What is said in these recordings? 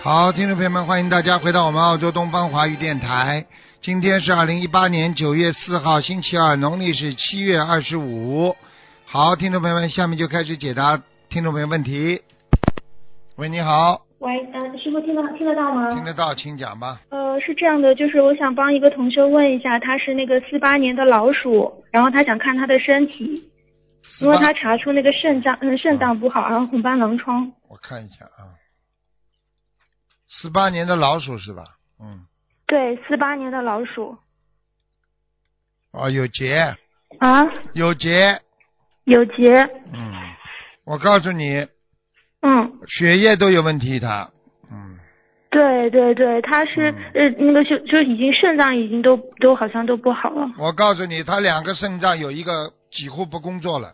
好，听众朋友们，欢迎大家回到我们澳洲东方华语电台。今天是二零一八年九月四号，星期二，农历是七月二十五。好，听众朋友们，下面就开始解答听众朋友问题。喂，你好，喂，嗯、师傅听得听得到吗？听得到，请讲吧。呃，是这样的，就是我想帮一个同修问一下，他是那个四八年的老鼠，然后他想看他的身体，四因为八，他查出那个肾脏嗯肾脏不好，然后红斑狼疮。我看一下啊，四八年的老鼠是吧？嗯，对，四八年的老鼠哦，有结，啊，有结，有结，嗯，我告诉你，嗯，血液都有问题，他，嗯，对对对，他是、呃那个就就已经肾脏已经都都好像都不好了。我告诉你，他两个肾脏有一个几乎不工作了，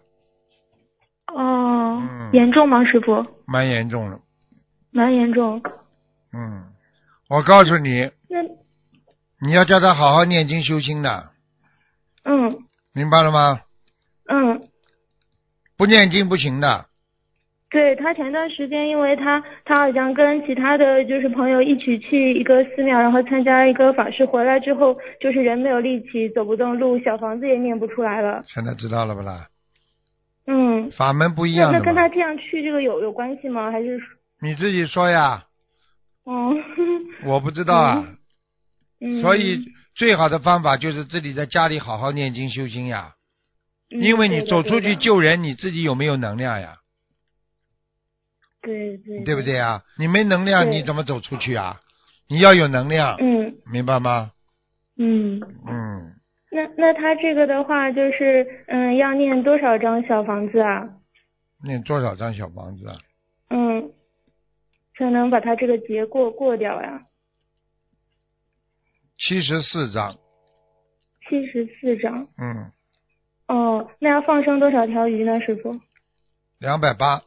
哦，嗯严重吗，师傅？蛮严重了，蛮严重。嗯，我告诉你，那你要叫他好好念经修心的，嗯明白了吗？嗯，不念经不行的，对他前段时间，因为他他好像跟其他的就是朋友一起去一个寺庙，然后参加一个法事，回来之后就是人没有力气，走不动路，小房子也念不出来了。现在知道了不啦？嗯，法门不一那样那的跟嘛他，这样去这个有有关系吗？还是你自己说呀，嗯我不知道啊， 嗯？所以最好的方法就是自己在家里好好念经修心呀，嗯因为你走出对去的救人，你自己有没有能量呀？对对对不？对啊？你没能量，嗯对你怎么走出去啊？你要有能量，嗯明白吗？嗯，嗯，那那他这个的话就是嗯，要念多少张小房子啊？念多少张小房子啊？嗯，才能把他这个结过过掉呀？七十四张。七十四张。嗯，哦，那要放生多少条鱼呢，师傅？两百八。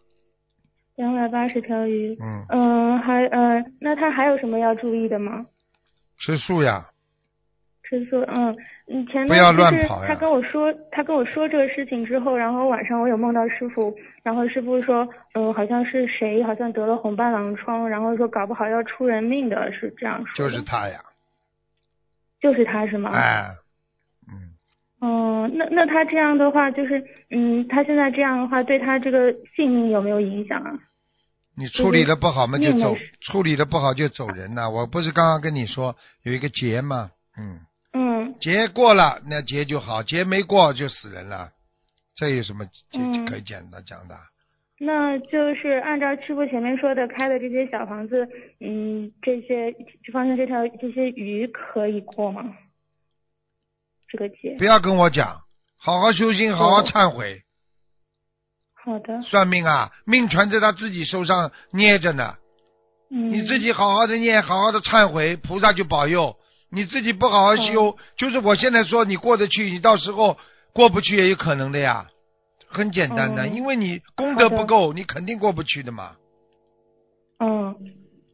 两百八十条鱼。嗯，嗯，还呃，那他还有什么要注意的吗？吃素呀，吃素，嗯，嗯，前不段要就乱是跑呀他跟我说，他跟我说这个事情之后，然后晚上我有梦到师傅，然后师傅说，嗯，好像是谁好像得了红斑狼疮，然后说搞不好要出人命的，是这样说就的。是他呀。就是他是吗？哎，嗯，哦，那那他这样的话，就是嗯，他现在这样的话，对他这个性命有没有影响啊？你处理的不好嘛嗯就是就命走没事，处理的不好就走人呐。我不是刚刚跟你说有一个劫吗？嗯，嗯，劫过了那劫就好，劫没过就死人了。这有什么这嗯可以简单讲的？那就是按照师傅前面说的，开的这些小房子，嗯，这些放生这条这些鱼可以过吗？这个节不。要跟我讲，好好修心，好好忏悔。好的，算命啊，命全在他自己手上捏着呢。嗯，你自己好好的念，好好的忏悔，菩萨就保佑。你自己不好好修，哦就是我现在说你过得去，你到时候过不去也有可能的呀，很简单的，嗯因为你功德好的不够，你肯定过不去的嘛。嗯，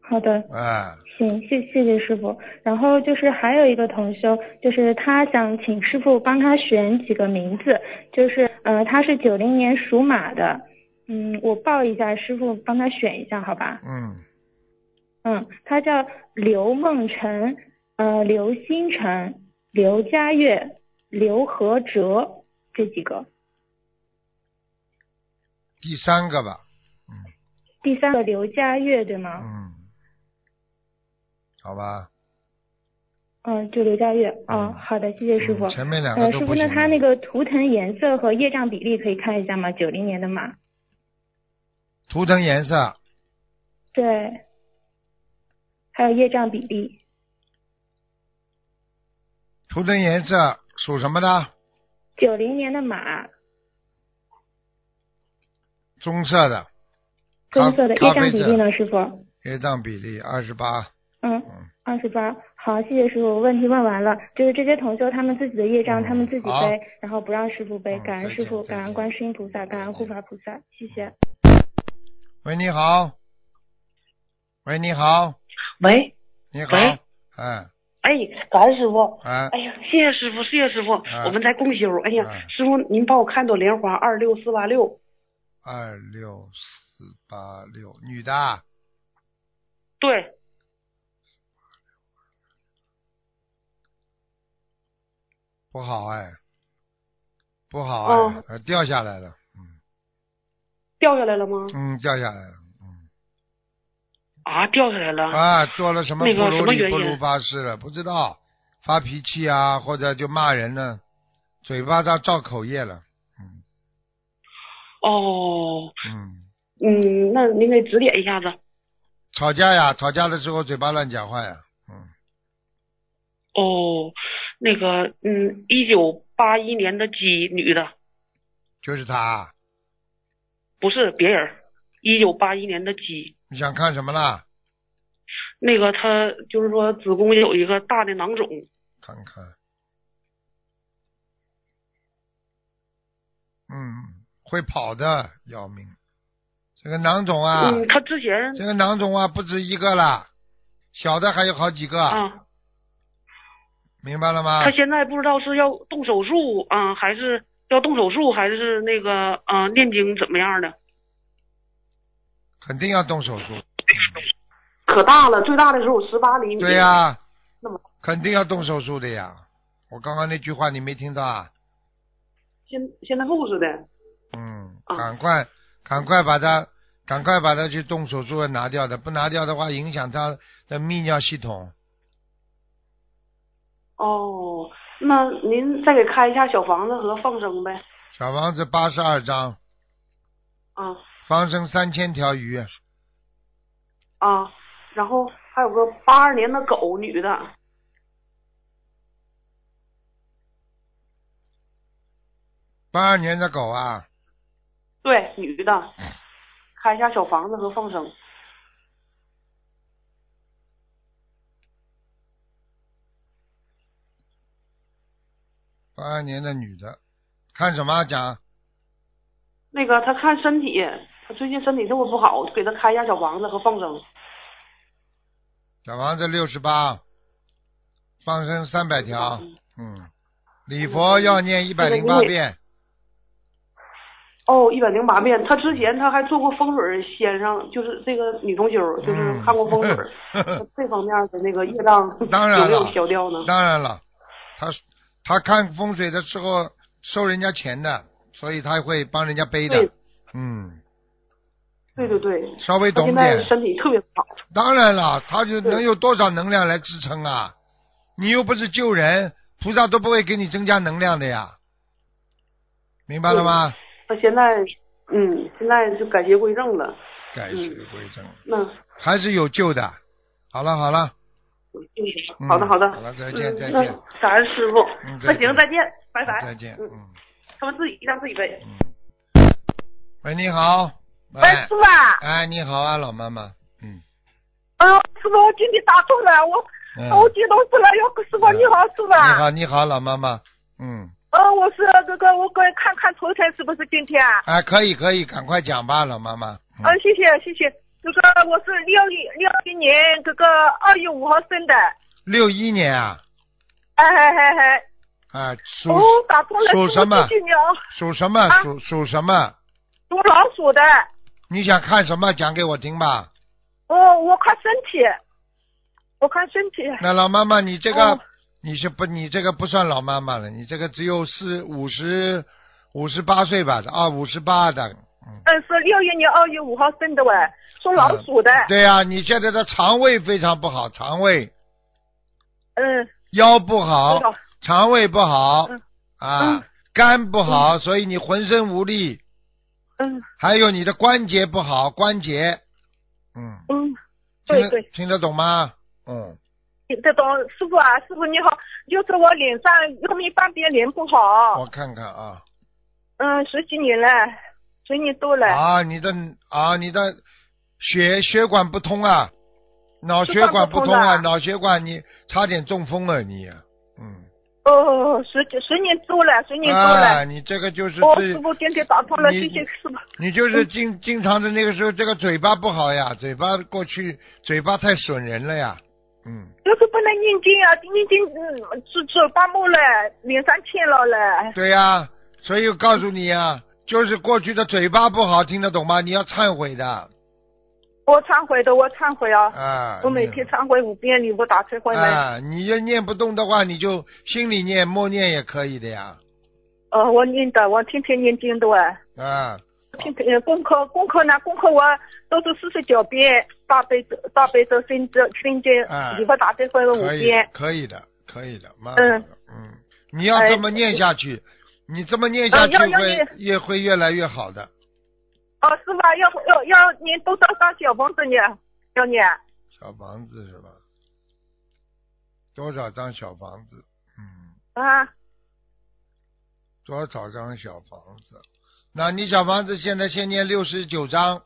好的，哎，行，嗯谢谢谢师傅。然后就是还有一个同修，就是他想请师傅帮他选几个名字，就是呃，他是九零年属马的，嗯，我报一下，师傅帮他选一下，好吧？嗯，嗯，他叫刘梦辰，呃，刘星辰、刘佳悦、刘和哲这几个。第三个吧，第三个刘佳悦对吗？嗯，好吧，嗯，就刘佳悦。哦，嗯好的，谢谢师傅。嗯前面两个呃，都师不傅，行那的。他那个图腾颜色和业障比例可以看一下吗？九零年的马。图腾颜色，对。还有业障比例，图腾颜色属什么的？九零年的马，棕色的，咖棕色的咖业障啡比色例呢，师傅？业障比例二十八。嗯，二十八。好，谢谢师傅。问题问完了，就是这些同修他们自己的业障，嗯他们自己好背，然后不让师傅背。嗯感恩再师见傅，再感恩见观世音菩萨，感恩护法菩萨，谢谢。喂，你好。喂，你好，喂，你好喂，哎哎，感恩师傅，哎，哎呀，谢谢师傅，谢谢师傅，啊我们在共修。哎呀，啊师傅您帮我看朵莲花二六四八六，二六四八六，女的啊，对，不好哎，不好哎，哦呃掉下来了，掉下来了吗？嗯，掉下来了啊，掉下来了。啊，做了什么不那个什如么理原不因如发誓了，不知道发脾气啊，或者就骂人呢，嘴巴上造口业了，哦，嗯，嗯，那您给指点一下子。吵架呀，吵架的时候嘴巴乱讲话呀，嗯，哦，那个，嗯，一九八一年的鸡，女的，就是他，啊不是别人儿。一九八一年的鸡，你想看什么啦？那个她就是说子宫有一个大的囊肿，看看，嗯，会跑的要命，这个囊肿啊，嗯，她之前这个囊肿啊不止一个啦，小的还有好几个，啊，明白了吗他？现在不知道是要动手术啊、还是要动手术，还是那个啊、念经怎么样的？肯定要动手术，可大了，最大的时候十八厘米。对呀、嗯那么肯定要动手术的呀。我刚刚那句话你没听到啊？现现在护士的。嗯，啊赶快，赶快把它，赶快把它去动手术拿掉的，不拿掉的话影响他的泌尿系统。哦，那您再给开一下小房子和放生呗。小王子八十二章，啊放生三千条鱼，啊，然后还有个八二年的狗女的，八二年的狗啊，对，女的，开一下小房子和放生。八二年的女的，看什么啊讲？那个她看身体，她最近身体特别不好，给她开一下小房子和放生。小王子六十八，放生三百条，嗯，礼佛要念一百零八遍，哦，一百零八遍。她之前她还做过风水先生，就是这个女同修，就是看过风水，嗯 这方面的那个业障当然了有没有消掉呢？当然了，他他看风水的时候收人家钱的，所以他会帮人家背的对，嗯，对对对，稍微她懂现在点。身体特别不好。当然了，他就对能有多少能量来支撑啊？你又不是救人，菩萨都不会给你增加能量的呀，明白了吗？她现在，嗯，现在就改邪归正了。改邪归正，那还是有救的。好了好了，嗯好的好的，好了再见嗯再见那感恩师傅嗯，再那见行再见，拜拜。再见，嗯，嗯。他们自己让自己背。喂，你好。喂，喂师，傅啊，哎，你好啊，老妈妈。嗯哎呦，师傅，我今天打通了，我、嗯。啊我激动死了，哟，师傅你好，师傅你啊，好，你好，老妈妈。嗯，嗯，我是这个，我给看看头疼是不是今天啊？哎，可以，可以，赶快讲吧，老妈妈。嗯嗯，谢谢谢谢，这个我是六一六一年这个二月五号生的，六一年啊，哎哎哎哎，啊，属哦，打通了，属师什傅么谢谢你哦，属什么？啊属属什么？属老鼠的，你想看什么？讲给我听 吧。哦，我看身体，我看身体，那老妈妈，你这个哦你是不？你这个不算老妈妈了，你这个只有四五十五十八岁吧？啊，五十八的。嗯，嗯，是六一年二月五号生的喂，属老鼠的，对呀、你现在的肠胃非常不好，肠胃嗯，腰不好知，道，肠胃不好嗯啊嗯，肝不好，所以你浑身无力，嗯还有你的关节不好，关节，嗯，嗯，听对得对。听得懂吗？嗯，这种师傅啊，师傅你好，就是我脸上后面半边脸不好我，看看啊，嗯，十几年了，十年多了，啊，你的啊，你的血血管不通啊，脑血管不通血啊，管不通的脑血管你差点中风了你，嗯，哦，十几十年多了，十年多啊，了，你这个就是哦，自师傅今天打通了，你谢谢师傅，你嗯就是经经常的那个时候，这个嘴巴不好呀，嘴巴过去嘴巴太损人了呀，嗯。就是不能念经啊，念经嗯，嘴嘴巴木了，脸上欠了了，对呀、所以我告诉你啊，就是过去的嘴巴不好，听得懂吗？你要忏悔的，我忏悔的，我忏悔啊！啊，我每天忏悔五遍，你不打忏悔吗？啊，你要念不动的话，你就心里念默念也可以的呀。呃，我念的，我天天念经的哎。啊，天天呃功课功课呢？功课我都是四十九遍大悲咒大悲咒心经心经哎，你不打忏悔了五可以遍的，。可以的，可以的，蛮好的。嗯，你要这么念下去，你这么念下去哎呃要要会念也会越来越好的。哦，是吧？要要要念多少张小房子呢？要念？小房子是吧？多少张小房子？嗯，啊，多少张小房子？那你小房子现在先念六十九张，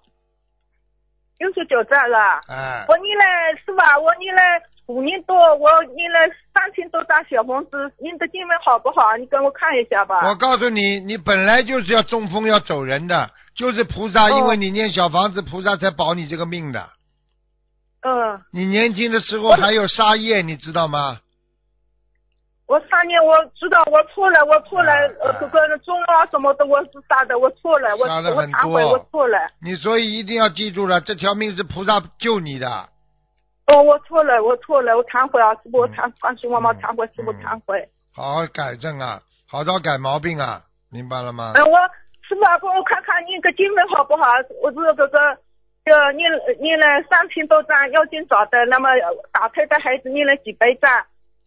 六十九张了。哎，我念了是吧？我念了五年多，我念了三千多张小房子，念的经文好不好？你给我看一下我吧。告诉你，你本来就是要中风要走人的，就是菩萨，因哦为你念小房子，菩萨才保你这个命的。嗯，你年轻的时候我还有杀业，你知道吗？我三年我知道我错了，我错了哎，呃哎，这个中啊什么的我是杀的，我错了，我杀了我很忏悔，多我错了，你所以一定要记住了，这条命是菩萨救你的。哦，我错了，我错了，我忏悔啊，师傅，我忏，观世音妈妈嗯忏悔，师傅嗯忏悔。好好改正啊，好好改毛病啊，明白了吗？嗯，我师傅啊，给我看看你个经文好不好？我是这个呃念念了三千多张要经找的，那么打胎的孩子念了几百张，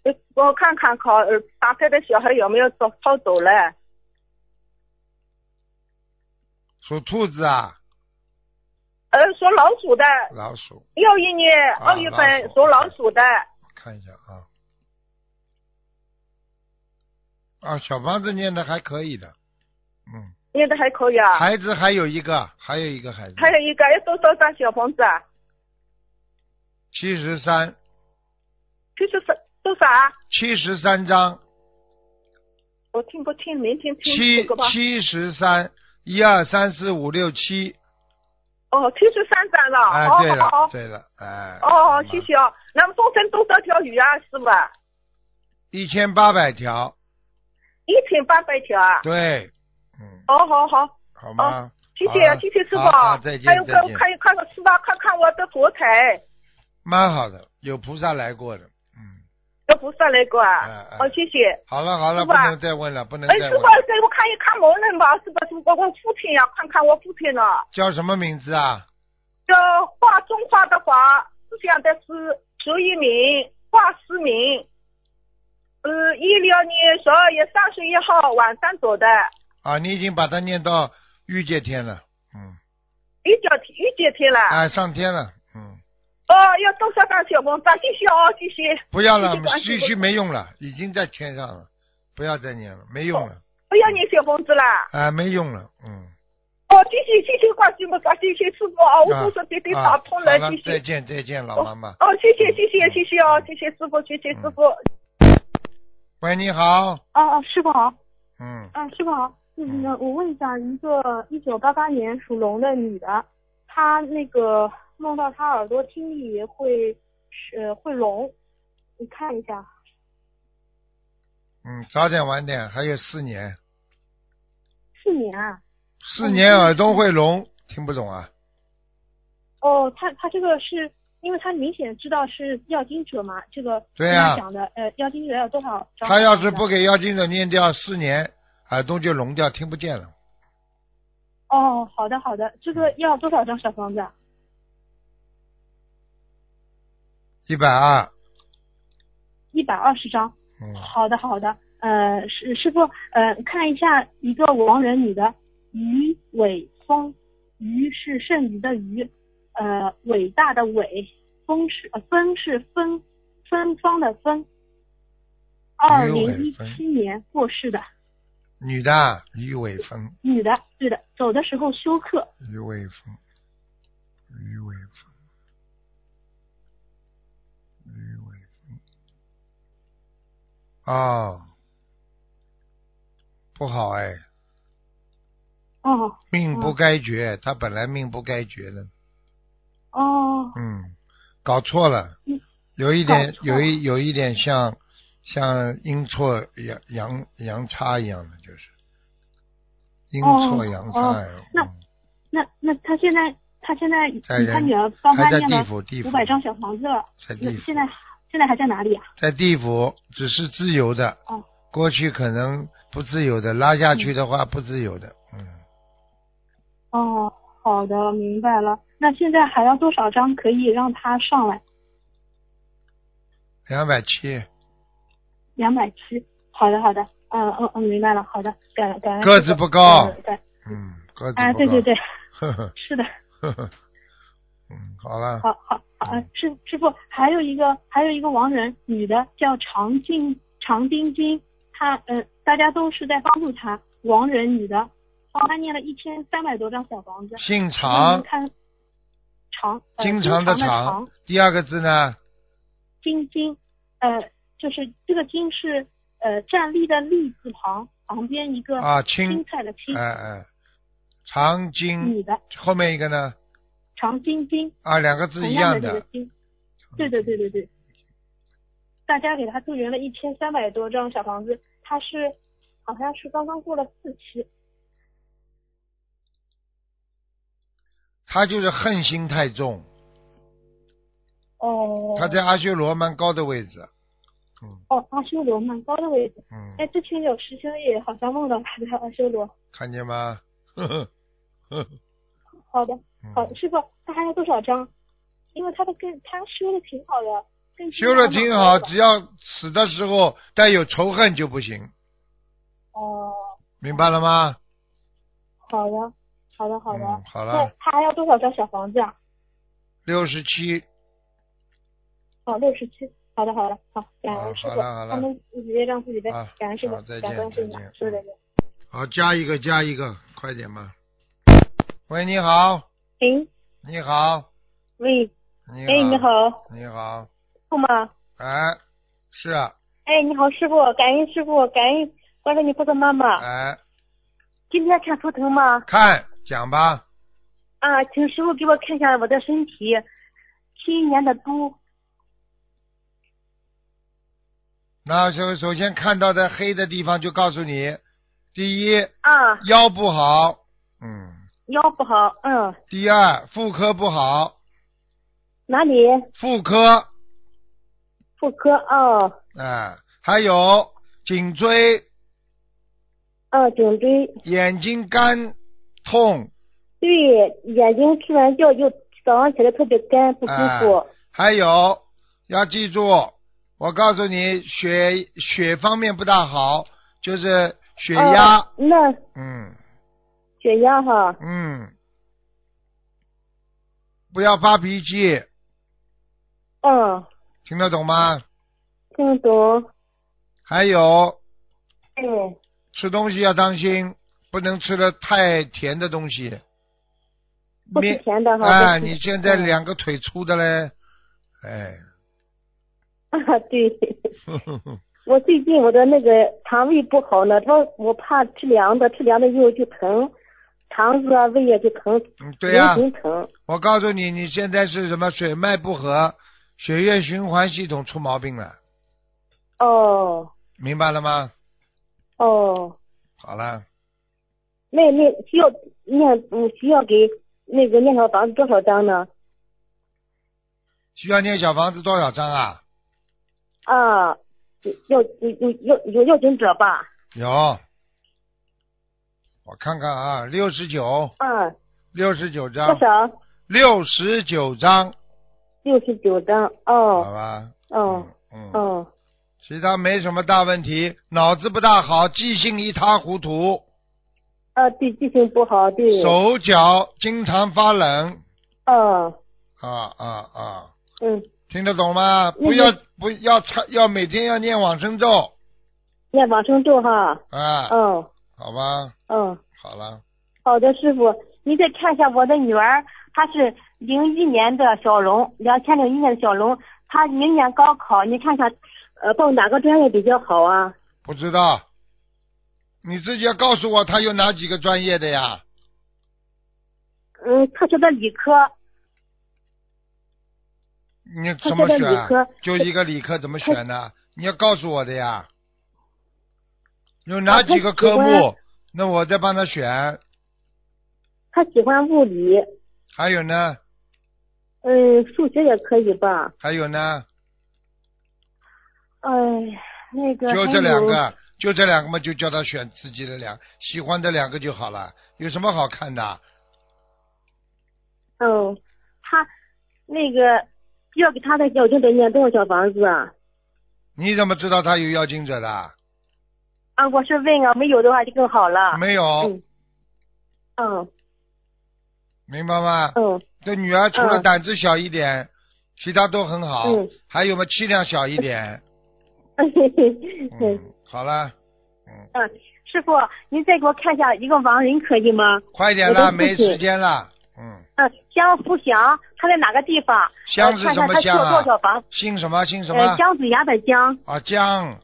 呃给我看看考呃打胎的小孩有没有走超走了？属兔子啊，呃，属老鼠的，老鼠，六一年啊二月老份鼠属老鼠的，我看一下啊。啊，小房子念的还可以的，嗯，念的还可以啊。孩子还有一个，还有一个孩子，还有一个要多少张小房子啊？七十三，就是是多少啊？七十三章，我听不清，没听清七这个吧？七十三，一二三四五六七，哦，七十三张了。哎，哦对了哦对了，哎，哦，谢谢哦。那么风筝多少条鱼啊，师傅啊？一千八百条，一千八百条啊！对，嗯，哦，好好，好吗？谢好谢了谢谢师傅好好，再见还有再看见看看师傅啊，看看我的佛台，蛮好的，有菩萨来过的，嗯，这菩萨来过哎啊哎！哦，谢谢。好了好了，师不傅啊能再问了，不能哎，再师傅问啊了，，给我看一看盲人吧，是不是？我我父亲呀，看看我父亲呢，叫什么名字啊？这画中华的华，思想的思，朱一鸣，华思明。呃，一六年十二月三十一号晚上走的，啊，你已经把它念到御界天了，嗯，一九天一九天了。哎，上天了，嗯，哦，要多少张小红？张？谢谢哦，谢谢。不要了谢谢关，心继续没用了，已经在天上了，不要再念了，没用了，不要你小红子啦。哎，没用了，嗯。哦，谢谢谢谢关心我，谢谢师傅哦，我都是给你打通啊啊好了，了谢再谢。见再见，老哦妈嗯妈。哦，谢谢谢谢谢谢哦，谢谢师傅，谢谢师傅。呃喂，你好，哦哦，师傅好，嗯，嗯，师傅好，嗯嗯，那我问一下，一个一九八八年属龙的女的，她那个梦到她耳朵听力会呃会聋，你看一下。嗯，早点晚点，还有四年，去年啊，四年耳朵会聋，听不懂啊？哦，她她这个是因为她明显知道是要经者嘛，这个对啊呀跟她讲的呃要经者要多少张？他要是不给妖精者念掉四年，耳朵就聋掉，听不见了。哦，好的好的，这个要多少张小房子啊？一百二，一百二十张。嗯，好的，好的。呃，师师傅，呃，看一下一个亡人女的于伟峰，于是剩余的于，呃，伟大的伟，峰是呃芬是芬芬芳的芬。二于零伟一峰七年过世的女的啊，于伟峰，女的，对的，走的时候休克。于伟峰，于伟峰，于伟峰，哦，不好哎，哦命不嗯该绝，他本来命不该绝的，哦嗯，搞错了嗯，有一点搞错有一有一点像像阴错阳阳阳差一样的，哦就是阴错阳差一样。哎哦那那那他现在他他现在在你他人女儿帮还他在念地了府，地府五百张小房子了，在那地府现，在现在还在哪里啊？在地府只是自由的哦，过去可能不自由的，拉下去的话不自由的，嗯，哦，好的，明白了。那现在还要多少张可以让他上来？两百七，两百七。好的，好的。嗯嗯嗯，明白了。好的，感感恩师父。个子不高嗯对嗯，个子不高啊，对对， 对，呵呵是的。呵呵， 嗯，好了，好好好，嗯师师傅，还有一个还有一个亡人，女的叫常静常晶晶，她呃，大家都是在帮助她，亡人女的，帮她念了一千三百多张小房子。姓那您常，看，常，呃、经常的常常，，第二个字呢？晶晶，呃，就是这个晶是呃站立的立字旁，旁边一个啊，青青，菜的青，哎哎，长经女的后面一个呢？常晶晶，啊，两个字同一样样的这个的，晶。对对对对对，大家给他助缘了一千三百多张小房子，他是好像是刚刚过了四期，他就是恨心太重，哦，他在阿修罗蛮高的位置，嗯哦阿修罗蛮高的位置，哎，嗯，之前有师兄也好像梦到他在阿修罗，看见吗？ 嗯呵呵呵呵好的，好嗯，哦师傅，他还要多少张？因为他的跟他修的挺好的，跟修了挺好，只要死的时候带有仇恨就不行，哦，明白了吗？好的，好的，好的。嗯，好那了，他还要多少张小房子啊？六十七，哦，六十七。好的，好的，好，感好恩师哦好傅，了好了他们直接让自己背好，感恩师傅好再，感见恩师傅再见，师傅再见。好，加一个加一个，快点吧。喂，你好，喂你好，喂，你好，哎，你，好，你好，傅吗？哎，是啊，哎，你好，师傅，感恩师傅，感恩观世音菩萨妈妈。哎，今天看图腾吗？看，讲吧，啊，请师傅给我看一下我的身体，七一年的猪。那首首先看到的黑的地方就告诉你，第一啊，腰不好，嗯，腰不好，嗯，第二妇科不好，哪里？妇科，妇科，哦，哎，还有颈椎、哦，颈椎，眼睛干痛，对，眼睛吃完觉就早上起来特别干，不舒服。哎还有要记住，我告诉你，血血方面不大好，就是啊血压，哦那嗯血压哈，嗯，不要发脾气，嗯，听得懂吗？听得懂。还有嗯，吃东西要当心，不能吃的太甜的东西。不吃面甜的哈。哎，不吃你现在两个腿粗的嘞， 哎，啊， 对，呵呵呵我最近我的那个肠胃不好呢，他说我怕吃凉的，吃凉的以后就疼，肠子啊、胃也就疼，嗯，对呀、人挺疼。我告诉你，你现在是什么血脉不和，血液循环系统出毛病了，哦明白了吗？哦，好了，那那需要念嗯需要给那个念小房子多少张呢？需要念小房子多少张啊？啊，有有有有有嗯要紧者吧？有，我看看啊，六十九，啊，六十九多张，少？六十九张，六十九张。好哦吧？哦嗯，嗯，哦其他没什么大问题，脑子不大好，记性一塌糊涂，啊，对，记性不好，对。手脚经常发冷，哦，啊啊啊！嗯，听得懂吗？那不要不要擦，要每天要念往生咒念往生咒哈。啊，哦好吧，哦，好了，好的，师傅，您再看一下我的女儿，她是零一年的小龙，两千零一年的小龙，她明年高考，你看一下，呃，报哪个专业比较好啊？不知道，你自己要告诉我他有哪几个专业的呀？嗯，她学的理科，你怎么他选现在理科啊？就一个理科怎么选呢？你要告诉我的呀。有哪几个科啊他喜目？那我再帮他选。她喜欢物理，还有呢，嗯，数学也可以吧？还有呢，哎，那个就这还有两个，就这两个嘛，就叫他选自己的两喜欢的两个就好了，有什么好看的？哦，他那个要给他的小精者念多少小房子啊？你怎么知道他有要精者的？啊，我是问啊，没有的话就更好了。没有嗯，嗯明白吗？嗯这女儿除了嗯胆子小一点，其他都很好嗯，还有嘛气量小一点。嗯，嗯，好了，嗯， 师傅，您再给我看一下一个亡人可以吗？快点我的啦，父没亲时间啦。嗯，嗯，江福祥，他在哪个地方？香是呃看什看么他需香要啊多？少房？姓什么？姓什么呃，？姜子牙的姜，啊，江，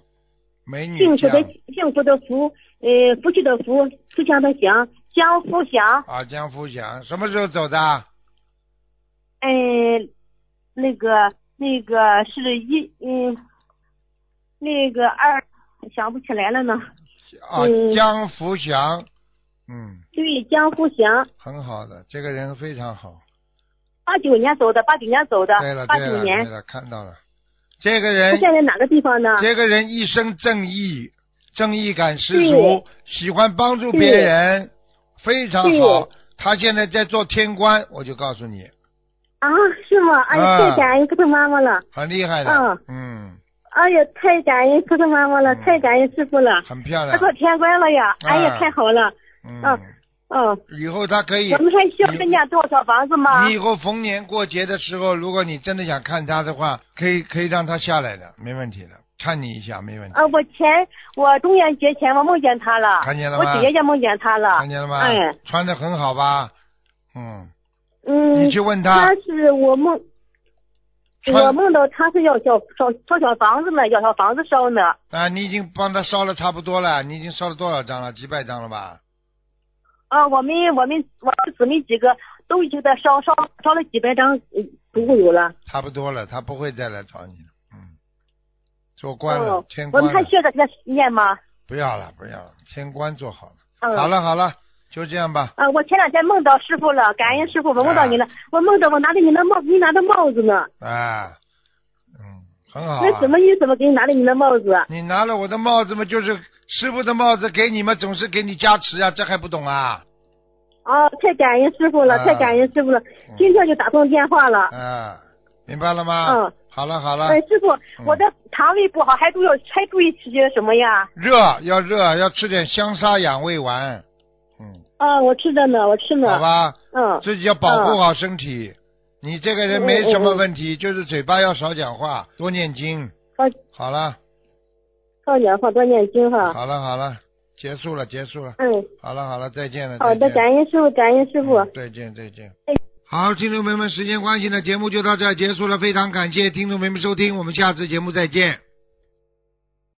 美女幸福的江幸福的福，呃，福气的福，吉祥的祥，姜福祥，啊，江福祥什么时候走的？啊嗯、那个那个是一嗯，那个二想不起来了呢。啊，嗯江福祥，嗯，对，姜福祥，很好的，这个人非常好。八九年走的，八九年走的对了，，八对九了，对年。了，看到了，这个他人现在哪个地方呢？这个人一生正义，正义感十足，喜欢帮助别人，非常好对。他现在在做天官，我就告诉你，啊，是吗？哎呀，啊太感恩哥哥妈妈了！很厉害的，嗯，哎呀，太感恩哥哥妈妈了，嗯太感恩师傅了！很漂他亮，做天官了呀！哎啊呀，太好了！嗯嗯，嗯，以后他可以我，们还需要再念多少小房子吗你？以后逢年过节的时候，如果你真的想看他的话，可以可以让他下来的，没问题的，看你一下没问题，啊，我前我中元节前我梦见他了，看见了我吗姐姐梦见他了看。见了吗？哎穿的很好吧？嗯，嗯你，去问他他，是我梦，穿我梦到他是要小烧烧小房子呢，要小房子烧呢。啊，你已经帮他烧了差不多了，你已经烧了多少张了？几百张了吧？啊，我们我们我们姊妹几个都已经在烧烧烧了几百张，嗯不会有了。差不多了，他不会再来找你了。嗯，做官了，哦天我官们还了，需要再给他念吗？不要了，不要了，天官做好了。嗯。好。了好了，就这样吧。啊，我前两天梦到师傅了，感恩师傅，我梦到你了。我梦到我拿着你的帽，你拿的帽子呢，啊，嗯，很好、那啊什。么意思？我给你拿着你的帽子。啊你拿了我的帽子嘛，就是师傅的帽子给你们，总是给你加持啊，这还不懂啊？哦，太感恩师傅了，啊嗯太感恩师傅了，今天就打通电话了。啊，明白了吗？嗯。好了好了，哎，师傅，我的肠胃不好，还注意还注意吃些什么呀？热要热，要吃点香砂养胃丸。嗯，啊，我吃着呢，我吃好呢。吧。嗯，嗯自己要保护好身体。你这个人没什么问题，就是嘴巴要少讲话，多念经。好好了，靠讲话，多念经哈。好了，好了，结束了，结束了，嗯，好了，好了，再见了。好的，再见感恩师傅，感恩师傅。嗯再见，再见。好，听众朋友们，时间关系呢，节目就到这儿结束了。非常感谢听众朋友们收听，我们下次节目再见。